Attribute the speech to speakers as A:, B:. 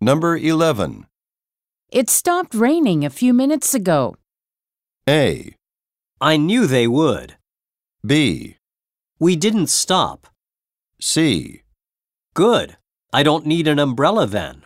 A: Number 11.
B: It stopped raining a few minutes ago.
A: A.
C: I knew they would.
A: B.
C: We didn't stop.
A: C.
C: Good. I don't need an umbrella then.